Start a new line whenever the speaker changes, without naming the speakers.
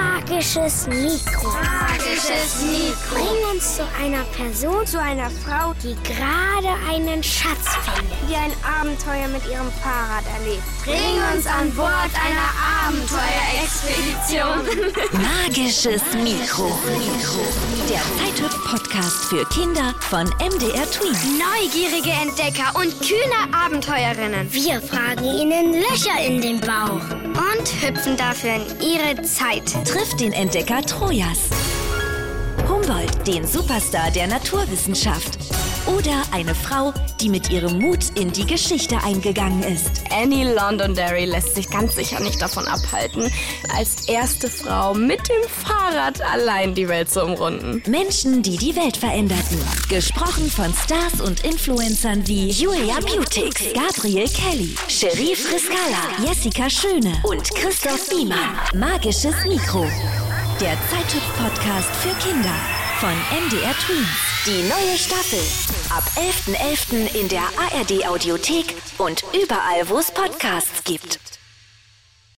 Magisches Mikro.
Magisches Mikro.
Bring uns zu einer Person,
zu einer Frau,
die gerade einen Schatz findet.
die ein Abenteuer mit ihrem Fahrrad erlebt.
Bring uns an Bord einer Abenteuerexpedition.
Magisches Mikro. Der Zeithüpf-Podcast für Kinder von MDR Tween.
Neugierige Entdecker und kühne Abenteuerinnen.
Wir fragen ihnen Löcher in den Bauch.
Und hüpfen dafür in ihre Zeit.
Trifft den Entdecker Trojas. Humboldt, den Superstar der Naturwissenschaft. Oder eine Frau, die mit ihrem Mut in die Geschichte eingegangen ist.
Annie Londonderry lässt sich ganz sicher nicht davon abhalten, als erste Frau mit dem Fahrrad allein die Welt zu umrunden.
Menschen, die die Welt veränderten. Gesprochen von Stars und Influencern wie Julia Butix, Gabriel Kelly, Sherif Riscala, Jessica Schöne und Christoph Biemann. Magisches Mikro. Der Zeithüpf-Podcast für Kinder von MDR Twins. Die neue Staffel. Ab 11.11. in der ARD-Audiothek und überall, wo es Podcasts gibt.